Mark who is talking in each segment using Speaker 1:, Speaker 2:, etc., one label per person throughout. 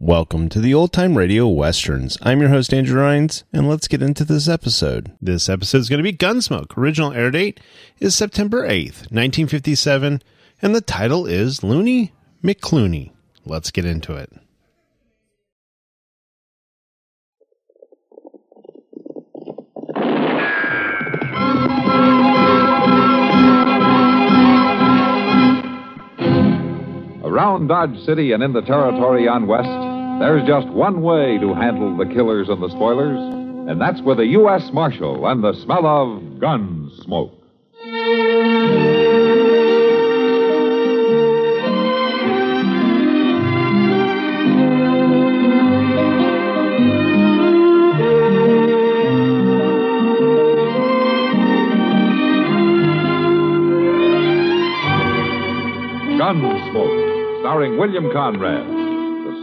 Speaker 1: Welcome to the Old Time Radio Westerns. I'm your host, Andrew Rhines, and let's get into this episode. This episode is going to be Gunsmoke. Original air date is September 8th, 1957, and the title is Looney McClooney. Let's get into it.
Speaker 2: Around Dodge City and in the territory on West, there's just one way to handle the killers and the spoilers, and that's with a U.S. Marshal and the smell of gun smoke. Gunsmoke, starring William Conrad. The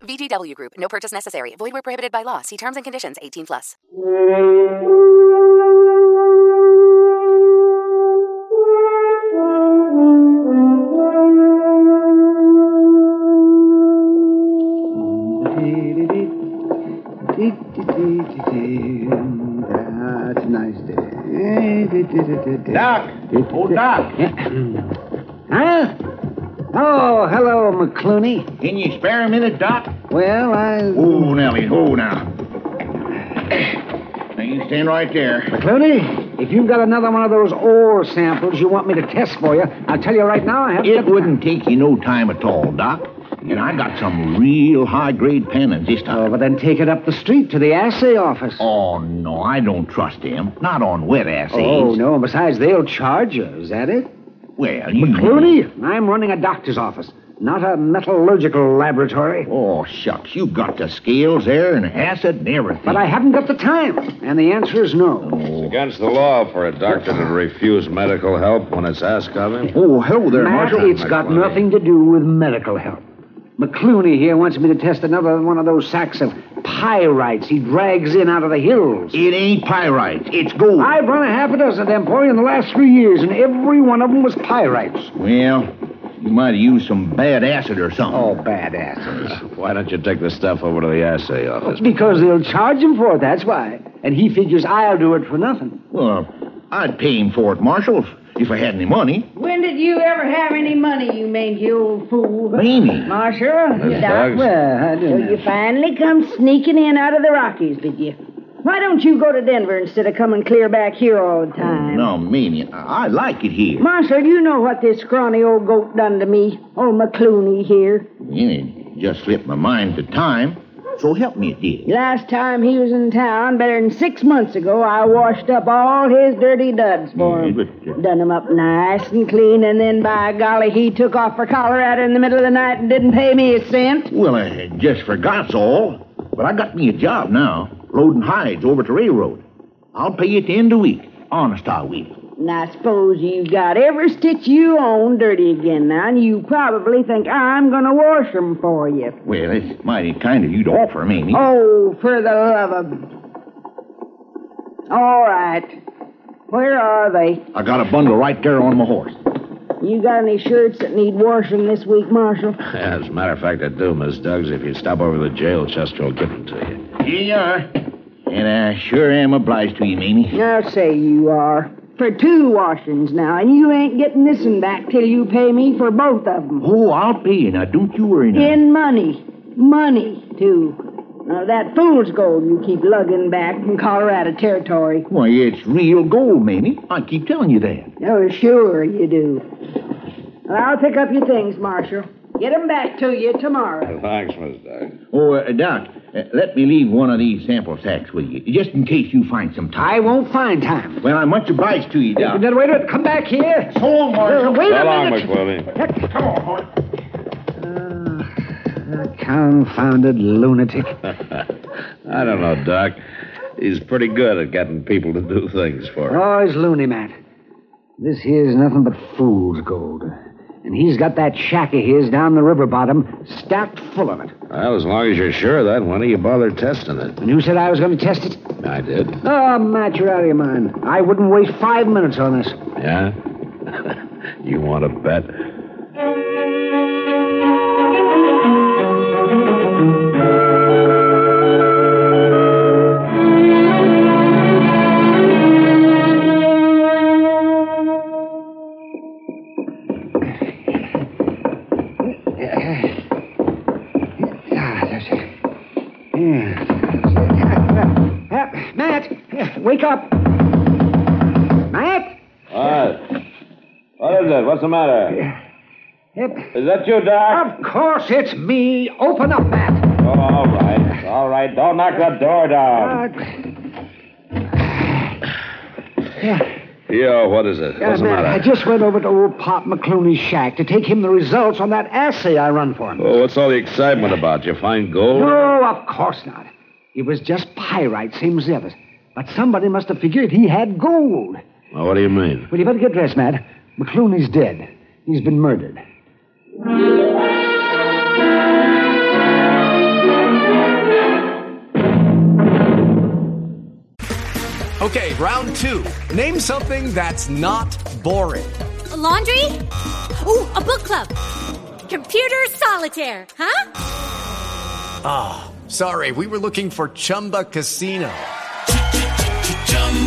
Speaker 3: VGW Group. No purchase necessary. Void where prohibited by law. See terms and conditions. 18 plus.
Speaker 4: That's nice day. Doc! Oh, Doc! huh? Oh, hello, McClooney.
Speaker 5: Can you spare a minute, Doc?
Speaker 4: Well, I.
Speaker 5: Oh, Nellie, oh, now. Now, you stand right there.
Speaker 4: McClooney, if you've got another one of those ore samples you want me to test for you, I'll tell you right now I have
Speaker 5: It wouldn't take you no time at all, Doc. And I got some real high-grade pennants this
Speaker 4: Oh,
Speaker 5: time.
Speaker 4: but then take it up the street to the assay office.
Speaker 5: Oh, no, I don't trust him. Not on wet assays.
Speaker 4: Oh, no, and besides, they'll charge you. Is that it?
Speaker 5: Well, you...
Speaker 4: McClooney, I'm running a doctor's office, not a metallurgical laboratory.
Speaker 5: Oh, shucks, you got the scales there and acid and everything.
Speaker 4: But I haven't got the time, and the answer is no.
Speaker 6: It's against the law for a doctor to refuse medical help when it's asked of him.
Speaker 5: Oh, hello there,
Speaker 4: Matt,
Speaker 5: Marshal.
Speaker 4: it's got nothing to do with medical help. McClooney here wants me to test another one of those sacks of pyrites he drags in out of the hills.
Speaker 5: It ain't pyrite. It's gold.
Speaker 4: I've run a half a dozen of them for you in the last three years, and every one of them was pyrites.
Speaker 5: Well, you might have used some bad acid or something.
Speaker 4: Oh, badasses.
Speaker 6: Why don't you take the stuff over to the assay office?
Speaker 4: Because they'll charge him for it, that's why. And he figures I'll do it for nothing.
Speaker 5: Well, I'd pay him for it, Marshal, if I had any money.
Speaker 4: Well,
Speaker 7: did you ever have any money, you mangy old fool?
Speaker 4: Beanie.
Speaker 7: Marshal?
Speaker 4: Miss
Speaker 7: Doc?
Speaker 4: Douglas. Well, how do
Speaker 7: So
Speaker 4: now?
Speaker 7: you finally come sneaking in out of the Rockies, did you? Why don't you go to Denver instead of coming clear back here all the time?
Speaker 5: No, Mamie, I I like it here.
Speaker 7: Marshal, you know what this scrawny old goat done to me. Old McClooney here.
Speaker 5: It just slipped my mind to time. So help me, it did.
Speaker 7: Last time he was in town, better than six months ago, I washed up all his dirty duds for him. Done him up nice and clean, and then by golly, he took off for Colorado in the middle of the night and didn't pay me a cent.
Speaker 5: Well, I just forgot's all. But I got me a job now, loading hides over to railroad. I'll pay you at the end of the week. Honest, I will.
Speaker 7: And I suppose you've got every stitch you own dirty again now, and you probably think I'm going to wash 'em for you.
Speaker 5: Well, it's mighty kind of you to offer, Mamie.
Speaker 7: Oh, for the love of. All right. Where are they?
Speaker 5: I got a bundle right there on my horse.
Speaker 7: You got any shirts that need washing this week, Marshal?
Speaker 8: As a matter of fact, I do, Miss Duggs. If you stop over to the jail, Chester will give them to you.
Speaker 5: Here you are. And I sure am obliged to you, Mamie.
Speaker 7: I'll say you are. For two washings now, and you ain't getting this one back till you pay me for both of 'em.
Speaker 5: Oh, I'll pay you. Now, don't you worry now.
Speaker 7: In money. Money, too. Now, that fool's gold you keep lugging back from Colorado territory.
Speaker 5: Why, it's real gold, Mamie. I keep telling you that.
Speaker 7: Oh, sure you do. Well, I'll pick up your things, Marshal. Get 'em back to you tomorrow.
Speaker 8: Thanks, Miss Duggs.
Speaker 5: Oh, uh, Doc, uh, let me leave one of these sample sacks with you, just in case you find some time. I
Speaker 4: won't find time.
Speaker 5: Well, I'm much obliged to you, Doc.
Speaker 4: Then wait a come back here.
Speaker 5: So long, Marshal.
Speaker 4: Uh, wait
Speaker 5: So
Speaker 4: a
Speaker 5: long,
Speaker 4: minute.
Speaker 8: McWillie.
Speaker 5: Come on, boy.
Speaker 4: Confounded lunatic.
Speaker 8: I don't know, Doc. He's pretty good at getting people to do things for him.
Speaker 4: Always loony, Matt. This here's nothing but fool's gold. And he's got that shack of his down the river bottom stacked full of it.
Speaker 8: Well, as long as you're sure of that, why don't you bother testing it?
Speaker 4: And you said I was going to test it?
Speaker 8: I did.
Speaker 4: Oh, Matt, you're out of your mind. I wouldn't waste five minutes on this.
Speaker 8: Yeah? you want to bet?
Speaker 4: Ah, that's it. Yeah. Uh, Matt, wake up. Matt?
Speaker 8: What? What is it? What's the matter?
Speaker 4: Yep.
Speaker 8: Is that you, Doc?
Speaker 4: Of course it's me. Open up, Matt.
Speaker 8: Oh, all right. All right. Don't knock that door down.
Speaker 4: Uh, yeah.
Speaker 8: Yeah, what is it?
Speaker 4: Yeah,
Speaker 8: What's the
Speaker 4: Matt, I
Speaker 8: matter?
Speaker 4: just went over to old Pop McClooney's shack to take him the results on that assay I run for him.
Speaker 8: Oh, what's all the excitement about? You find
Speaker 4: Oh.
Speaker 8: gold?
Speaker 4: No, of course not. It was just pyrite, same as the others. But somebody must have figured he had gold.
Speaker 8: Well, what do you mean?
Speaker 4: Well, you better get dressed, Matt. McClooney's dead. He's been murdered.
Speaker 9: Okay, round two. Name something that's not boring.
Speaker 10: laundry? Ooh, a book club. Computer solitaire, huh?
Speaker 9: Ah, sorry, we were looking for Chumba Casino.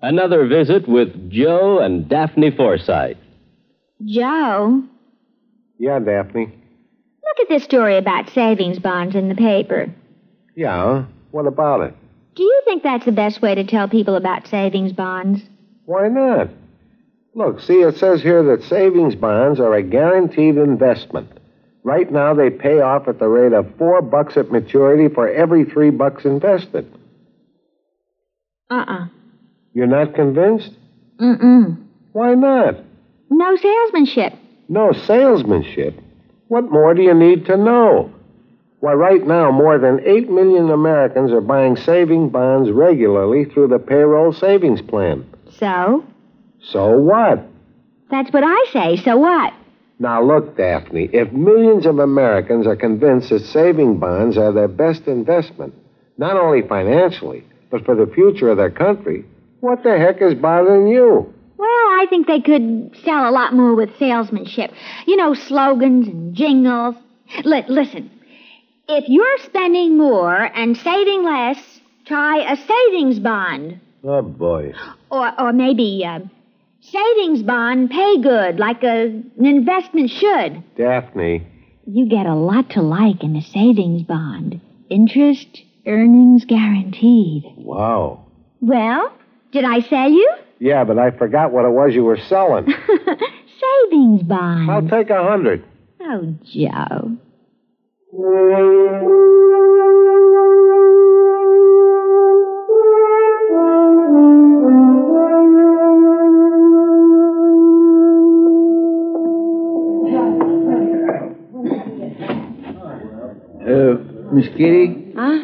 Speaker 11: Another visit with Joe and Daphne Forsythe.
Speaker 12: Joe,
Speaker 13: Yeah, Daphne.
Speaker 12: look at this story about savings bonds in the paper.
Speaker 13: Yeah? What about it?
Speaker 12: Do you think that's the best way to tell people about savings bonds?
Speaker 13: Why not? Look, see, it says here that savings bonds are a guaranteed investment. Right now, they pay off at the rate of four bucks at maturity for every three bucks invested.
Speaker 12: Uh-uh.
Speaker 13: You're not convinced?
Speaker 12: Mm-mm.
Speaker 13: Why not?
Speaker 12: No salesmanship.
Speaker 13: No salesmanship. What more do you need to know? Why, right now, more than 8 million Americans are buying saving bonds regularly through the payroll savings plan.
Speaker 12: So?
Speaker 13: So what?
Speaker 12: That's what I say. So what?
Speaker 13: Now, look, Daphne, if millions of Americans are convinced that saving bonds are their best investment, not only financially, but for the future of their country, what the heck is bothering you?
Speaker 12: Well, I think they could sell a lot more with salesmanship. You know, slogans and jingles. Li- listen, if you're spending more and saving less, try a savings bond.
Speaker 13: Oh, boy.
Speaker 12: Or, or maybe a savings bond pay good like a, an investment should.
Speaker 13: Daphne.
Speaker 12: You get a lot to like in a savings bond. Interest, earnings guaranteed.
Speaker 13: Wow.
Speaker 12: Well, did I sell you?
Speaker 13: Yeah, but I forgot what it was you were selling.
Speaker 12: Savings bond.
Speaker 13: I'll take a hundred.
Speaker 12: Oh, Joe.
Speaker 14: Uh, Miss Kitty?
Speaker 15: Huh?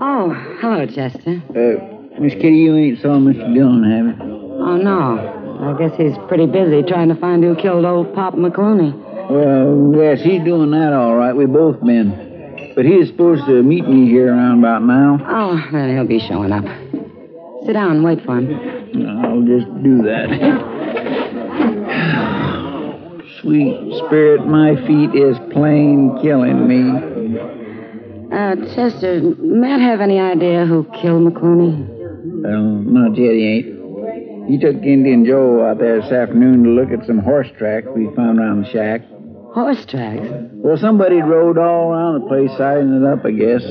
Speaker 15: Oh, hello, Chester.
Speaker 14: Uh, Miss Kitty, you ain't saw Mr. Dillon, have you?
Speaker 15: Oh, no. I guess he's pretty busy trying to find who killed old Pop McClooney.
Speaker 14: Well, yes, he's doing that all right. We both been. But he is supposed to meet me here around about now.
Speaker 15: Oh, then he'll be showing up. Sit down and wait for him.
Speaker 14: I'll just do that. Sweet spirit, my feet is plain killing me.
Speaker 15: Uh, Chester, Matt have any idea who killed McClooney?
Speaker 14: Well, not yet, Uh, he ain't. He took Indian Joe out there this afternoon to look at some horse tracks we found around the shack.
Speaker 15: Horse tracks?
Speaker 14: Well, somebody rode all around the place, sizing it up, I guess.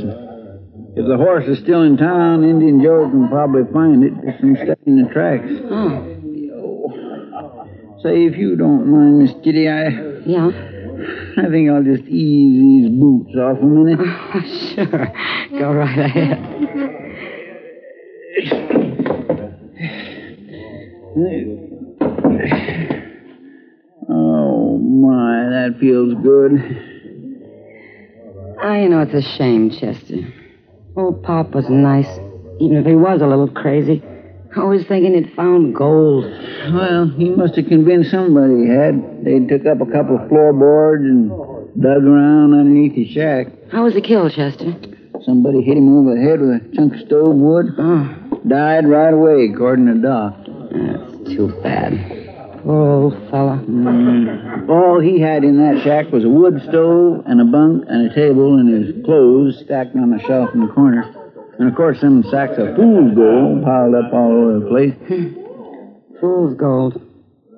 Speaker 14: If the horse is still in town, Indian Joe can probably find it just from studying the tracks.
Speaker 15: Oh.
Speaker 14: Say, if you don't mind, Miss Kitty, I.
Speaker 15: Yeah?
Speaker 14: I think I'll just ease these boots off a minute.
Speaker 15: sure. Go right ahead.
Speaker 14: Oh, my, that feels good.
Speaker 15: I Ah, you know it's a shame, Chester. Old Pop was nice, even if he was a little crazy. Always thinking he'd found gold.
Speaker 14: Well, he must have convinced somebody he had. They took up a couple of floorboards and dug around underneath the shack.
Speaker 15: How was he killed, Chester?
Speaker 14: Somebody hit him over the head with a chunk of stove wood. Died right away, according to Doc.
Speaker 15: That's too bad. Poor old fella.
Speaker 14: All he had in that shack was a wood stove and a bunk and a table and his clothes stacked on a shelf in the corner. And of course, some sacks of fool's gold piled up all over the place.
Speaker 15: Fool's gold.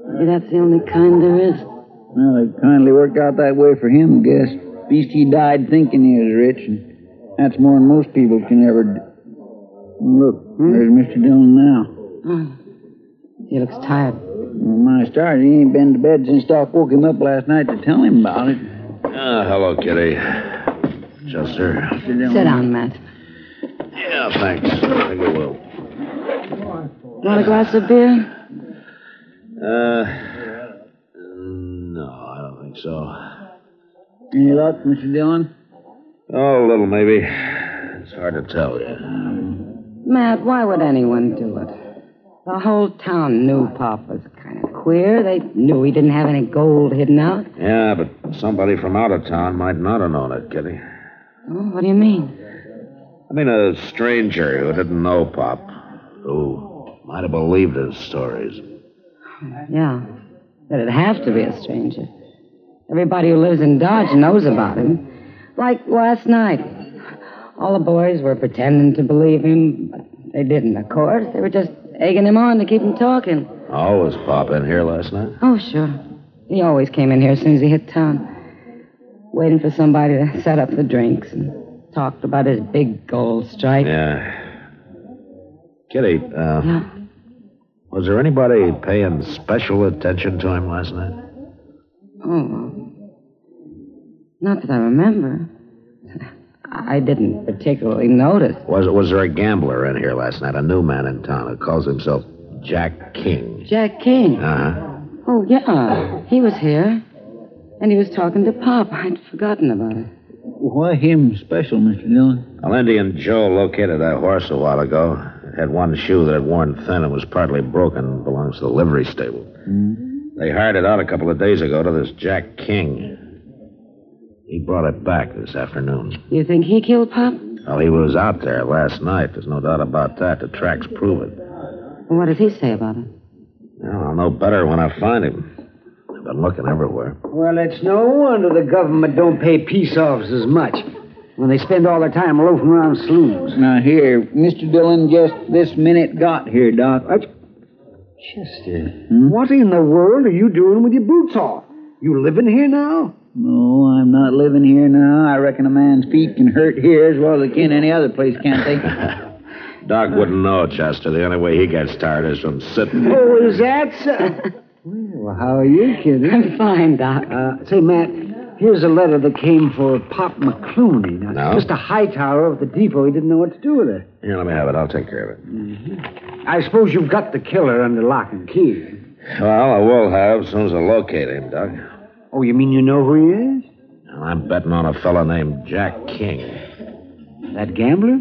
Speaker 15: Maybe that's the only kind there is.
Speaker 14: Well, it kindly worked out that way for him, I guess. At least he died thinking he was rich, and that's more than most people can ever do. Look,
Speaker 15: Hmm?
Speaker 14: there's Mr. Dillon now.
Speaker 15: Oh, he looks tired.
Speaker 14: Well, my stars, he ain't been to bed since Doc woke him up last night to tell him about it.
Speaker 8: Ah, hello, Kitty. Chester.
Speaker 14: Sit down.
Speaker 15: Sit down, Matt.
Speaker 8: Yeah, thanks. I think I will.
Speaker 15: Want a glass of beer?
Speaker 8: Uh, no, I don't think so.
Speaker 14: Any luck, Mr. Dillon?
Speaker 8: Oh, a little maybe. It's hard to tell you.
Speaker 15: Matt, why would anyone do it? The whole town knew Pop was kind of queer. They knew he didn't have any gold hidden out.
Speaker 8: Yeah, but somebody from out of town might not have known it, Kitty.
Speaker 15: Oh, what do you mean?
Speaker 8: I mean, a stranger who didn't know Pop, who might have believed his stories.
Speaker 15: Yeah, that it'd have to be a stranger. Everybody who lives in Dodge knows about him. Like last night. All the boys were pretending to believe him, but they didn't, of course. They were just egging him on to keep him talking.
Speaker 8: Oh, was Pop in here last night?
Speaker 15: Oh, sure. He always came in here as soon as he hit town, waiting for somebody to set up the drinks and talked about his big gold strike.
Speaker 8: Yeah. Kitty, uh, was there anybody paying special attention to him last night?
Speaker 15: Oh, not that I remember. I didn't particularly notice.
Speaker 8: Was was there a gambler in here last night? A new man in town who calls himself Jack King.
Speaker 15: Jack King.
Speaker 6: Uh-huh.
Speaker 8: Uh huh.
Speaker 15: Oh, yeah. He was here. And he was talking to Pop. I'd forgotten about it.
Speaker 14: Why him special, Mr. Dillon?
Speaker 6: Well, Indy and Joe located that horse a while ago. It had one shoe that had worn thin and was partly broken. Belongs to the livery stable. They hired it out a couple of days ago to this Jack King. He brought it back this afternoon.
Speaker 15: You think he killed Pop?
Speaker 6: Well, he was out there last night. There's no doubt about that. The tracks prove it.
Speaker 15: What does he say about it?
Speaker 6: Well, I'll know better when I find him. I've been looking everywhere.
Speaker 4: Well, it's no wonder the government don't pay peace officers much when they spend all their time loafing around saloons.
Speaker 14: Now, here, Mr. Dillon just this minute got here, Doc.
Speaker 4: Chester,
Speaker 15: Hmm?
Speaker 4: what in the world are you doing with your boots off? You living here now?
Speaker 14: No, I'm not living here now. I reckon a man's feet can hurt here as well as they can any other place, can't they?
Speaker 6: Doc wouldn't know, Chester. The only way he gets tired is from sitting.
Speaker 4: Oh, is that so? well, Oh, how are you, kiddie? I'm
Speaker 15: fine, Doc.
Speaker 4: Uh, say, Matt, here's a letter that came for Pop McClooney. Now,
Speaker 6: No?
Speaker 4: Mr. Hightower of the depot, he didn't know what to do with it.
Speaker 6: Here, let me have it. I'll take care of it.
Speaker 4: I suppose you've got the killer under lock and key.
Speaker 6: Well, I will have as soon as I locate him, Doc.
Speaker 4: Oh, you mean you know who he is?
Speaker 6: And I'm betting on a fella named Jack King. Uh-huh.
Speaker 4: That gambler?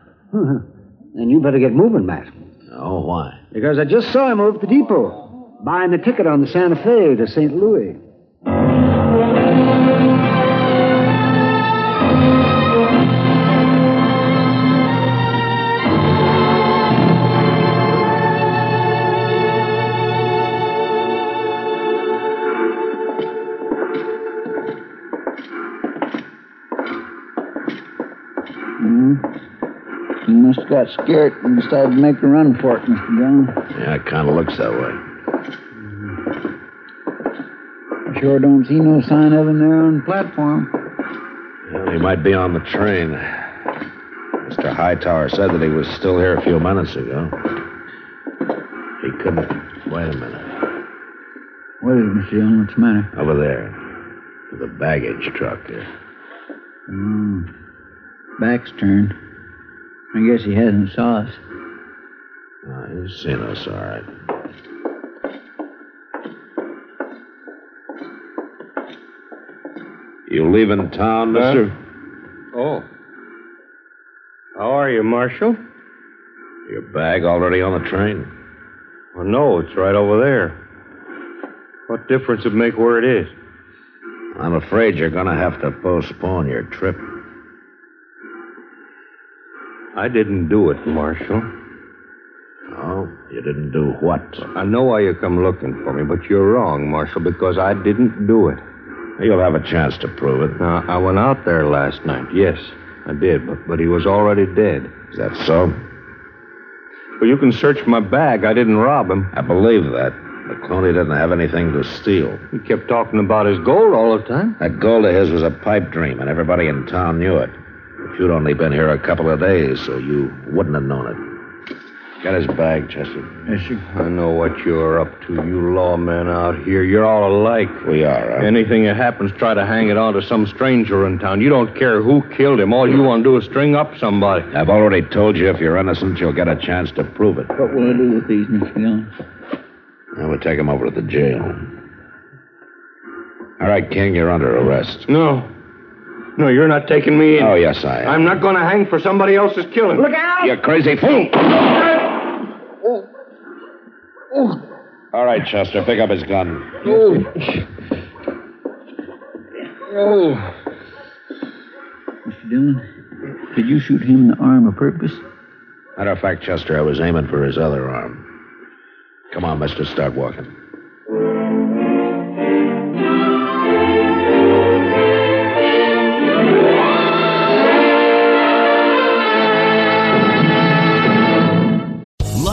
Speaker 6: No.
Speaker 4: Huh. then you better get moving, Matt.
Speaker 6: Oh, why?
Speaker 4: Because I just saw him over at the depot, buying a ticket on the Santa Fe to St. Louis.
Speaker 14: Mm-hmm. You must have got scared and decided to make a run for it, Mr. Dillon.
Speaker 6: Yeah, it kind of looks that way.
Speaker 14: I sure don't see no sign of him there on the platform.
Speaker 6: Well, he might be on the train. Mr. Hightower said that he was still here a few minutes ago. He couldn't. Wait a minute.
Speaker 14: What is it, Mr. Dillon? What's the matter?
Speaker 6: Over there. with The baggage truck there.
Speaker 14: Mm. Back's turned. I guess he hasn't saw us.
Speaker 6: Oh, he's seen us, all right. You leaving town,
Speaker 16: Huh?
Speaker 6: mister?
Speaker 16: Oh. How are you, Marshal?
Speaker 6: Your bag already on the train?
Speaker 16: Well, no, it's right over there. What difference it make where it is?
Speaker 6: I'm afraid you're going to have to postpone your trip.
Speaker 16: I didn't do it, Marshal.
Speaker 6: Oh, you didn't do what?
Speaker 16: I know why you come looking for me, but you're wrong, Marshal, because I didn't do it.
Speaker 6: You'll have a chance to prove it.
Speaker 16: Now, I went out there last night. Yes, I did, but, but he was already dead.
Speaker 6: Is that so?
Speaker 16: Well, you can search my bag. I didn't rob him.
Speaker 6: I believe that. McCloney didn't have anything to steal.
Speaker 16: He kept talking about his gold all the time.
Speaker 6: That gold of his was a pipe dream, and everybody in town knew it. But you'd only been here a couple of days, so you wouldn't have known it. Got his bag, Chester.
Speaker 16: Yes, sir. I know what you're up to, you lawmen out here. You're all alike.
Speaker 6: We are.
Speaker 16: Anything that happens, try to hang it on to some stranger in town. You don't care who killed him. All you want to do is string up somebody.
Speaker 6: I've already told you if you're innocent, you'll get a chance to prove it.
Speaker 14: What will I do with these, Mr. Dillon?
Speaker 6: Then we'll take him over to the jail. All right, King, you're under arrest.
Speaker 16: No. No, you're not taking me in.
Speaker 6: Oh, yes, I am.
Speaker 16: I'm not going to hang for somebody else's killing. Look out!
Speaker 6: You crazy fool! All right, Chester, pick up his gun.
Speaker 16: Oh. Oh.
Speaker 14: Mr. Dillon, did you shoot him in the arm of purpose?
Speaker 6: Matter of fact, Chester, I was aiming for his other arm. Come on, mister, start walking.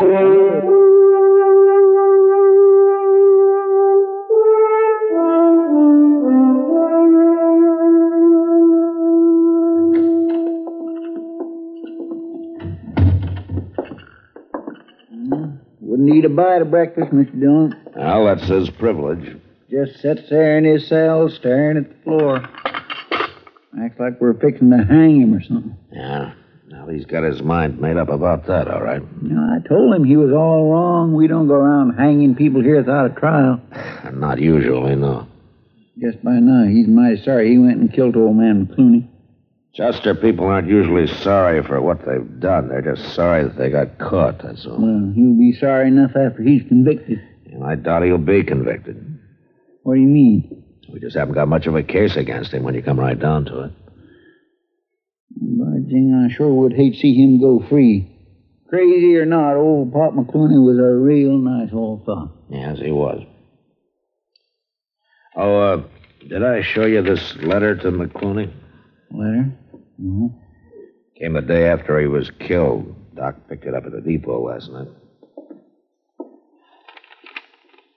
Speaker 17: Thank you.
Speaker 14: Wouldn't eat a bite of breakfast, Mr. Dillon.
Speaker 6: Well, that's his privilege.
Speaker 14: Just sits there in his cell staring at the floor. Acts like we're fixing to hang him or something.
Speaker 6: Yeah. Now he's got his mind made up about that, all right.
Speaker 14: You know, I told him he was all wrong. We don't go around hanging people here without a trial.
Speaker 6: Not usually, no.
Speaker 14: Guess by now he's mighty sorry he went and killed old man Clooney.
Speaker 6: Chester people aren't usually sorry for what they've done. They're just sorry that they got caught, that's all.
Speaker 14: Well, he'll be sorry enough after he's convicted.
Speaker 6: And I doubt he'll be convicted.
Speaker 14: What do you mean?
Speaker 6: We just haven't got much of a case against him when you come right down to it.
Speaker 14: By jing, I sure would hate to see him go free. Crazy or not, old Pop McClooney was a real nice old fellow.
Speaker 6: Yes, he was. Oh, uh, did I show you this letter to McClooney?
Speaker 14: Letter? Mhm.
Speaker 6: Came the day after he was killed. Doc picked it up at the depot last night.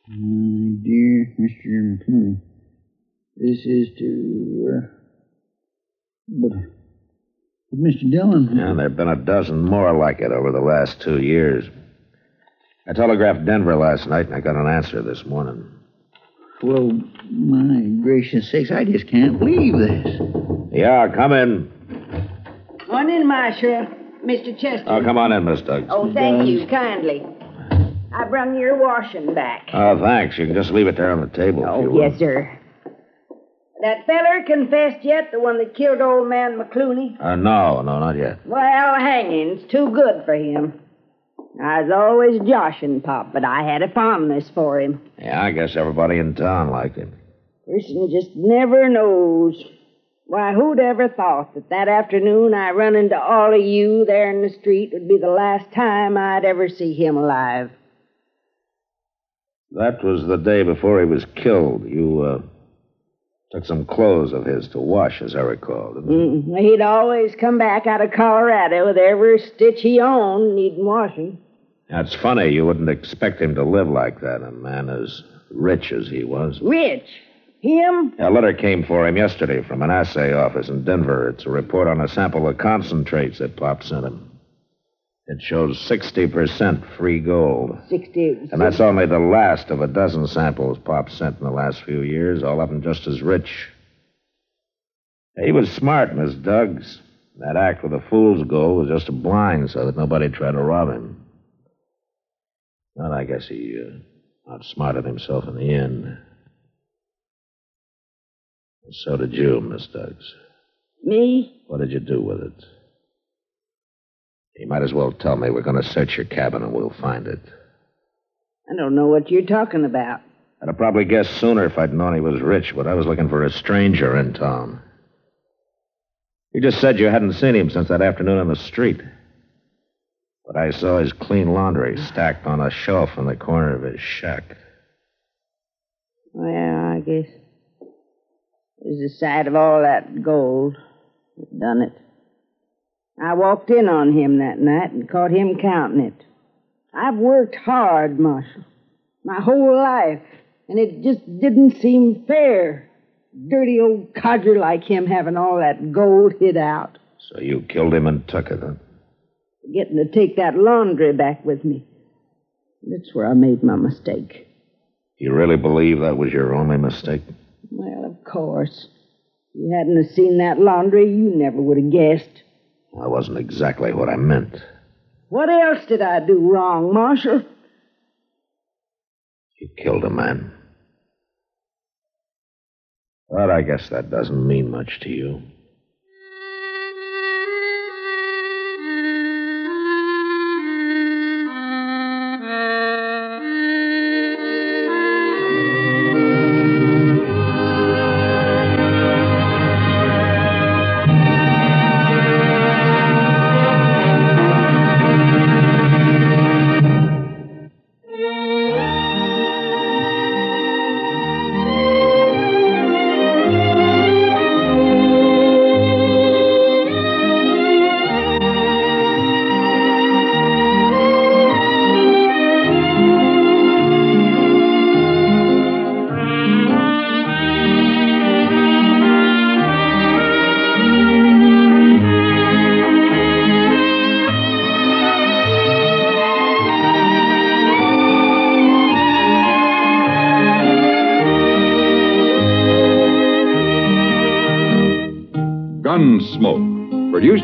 Speaker 14: My dear Mr. McClooney, this is to. Uh, but, but, Mr. Dillon,
Speaker 6: Yeah, there have been a dozen more like it over the last two years. I telegraphed Denver last night, and I got an answer this morning.
Speaker 14: well, my gracious sakes, I just can't believe this.
Speaker 6: Yeah, come in.
Speaker 7: On in, my sheriff. Mr. Chester.
Speaker 6: Oh, come on in, Miss Doug.
Speaker 7: Oh, thank you kindly. I brung your washing back.
Speaker 6: Oh, thanks. You can just leave it there on the table. if you will.
Speaker 7: Oh, yes, sir. That feller confessed yet, the one that killed old man McClooney?
Speaker 6: Uh, no, no, not yet.
Speaker 7: Well, hanging's too good for him. I was always joshing Pop, but I had a fondness for him.
Speaker 6: Yeah, I guess everybody in town liked him.
Speaker 7: Person just never knows. Why, who'd ever thought that that afternoon I run into all of you there in the street would be the last time I'd ever see him alive?
Speaker 6: That was the day before he was killed. You uh, took some clothes of his to wash, as I recall. Didn't you?
Speaker 7: Mm-mm. He'd always come back out of Colorado with every stitch he owned needing washing.
Speaker 6: That's funny. You wouldn't expect him to live like that, a man as rich as he was.
Speaker 7: Rich? Him?
Speaker 6: A letter came for him yesterday from an assay office in Denver. It's a report on a sample of concentrates that Pop sent him. It shows 60% free gold.
Speaker 7: Sixty.
Speaker 6: And that's only the last of a dozen samples Pop sent in the last few years, all of them just as rich. He was smart, Miss Duggs. That act with a fool's gold was just a blind so that nobody tried to rob him. Well, I guess he uh, outsmarted himself in the end. And So did you, Miss Duggs.
Speaker 7: Me?
Speaker 6: What did you do with it? You might as well tell me. We're going to search your cabin and we'll find it.
Speaker 7: I don't know what you're talking about.
Speaker 6: I'd have probably guessed sooner if I'd known he was rich, but I was looking for a stranger in town. You just said you hadn't seen him since that afternoon on the street. But I saw his clean laundry stacked on a shelf in the corner of his shack.
Speaker 7: Well, I guess it was the sight of all that gold that done it. I walked in on him that night and caught him counting it. I've worked hard, Marshal, my whole life, and it just didn't seem fair. Dirty old codger like him having all that gold hid out,
Speaker 6: So you killed him and took it, huh?
Speaker 7: getting to take that laundry back with me. That's where I made my mistake.
Speaker 6: You really believe that was your only mistake?
Speaker 7: Well, of course. If you hadn't have seen that laundry, you never would have guessed.
Speaker 6: That wasn't exactly what I meant.
Speaker 7: What else did I do wrong, Marshal?
Speaker 6: You killed a man. But I guess that doesn't mean much to you.
Speaker 2: Gunsmoke. Produced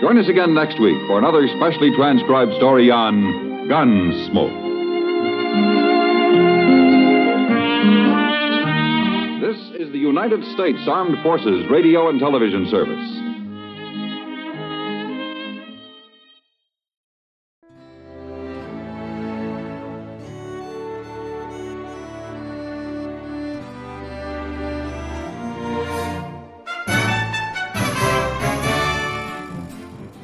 Speaker 2: Join us again next week for another specially transcribed story on Gunsmoke. This is the United States Armed Forces Radio and Television Service.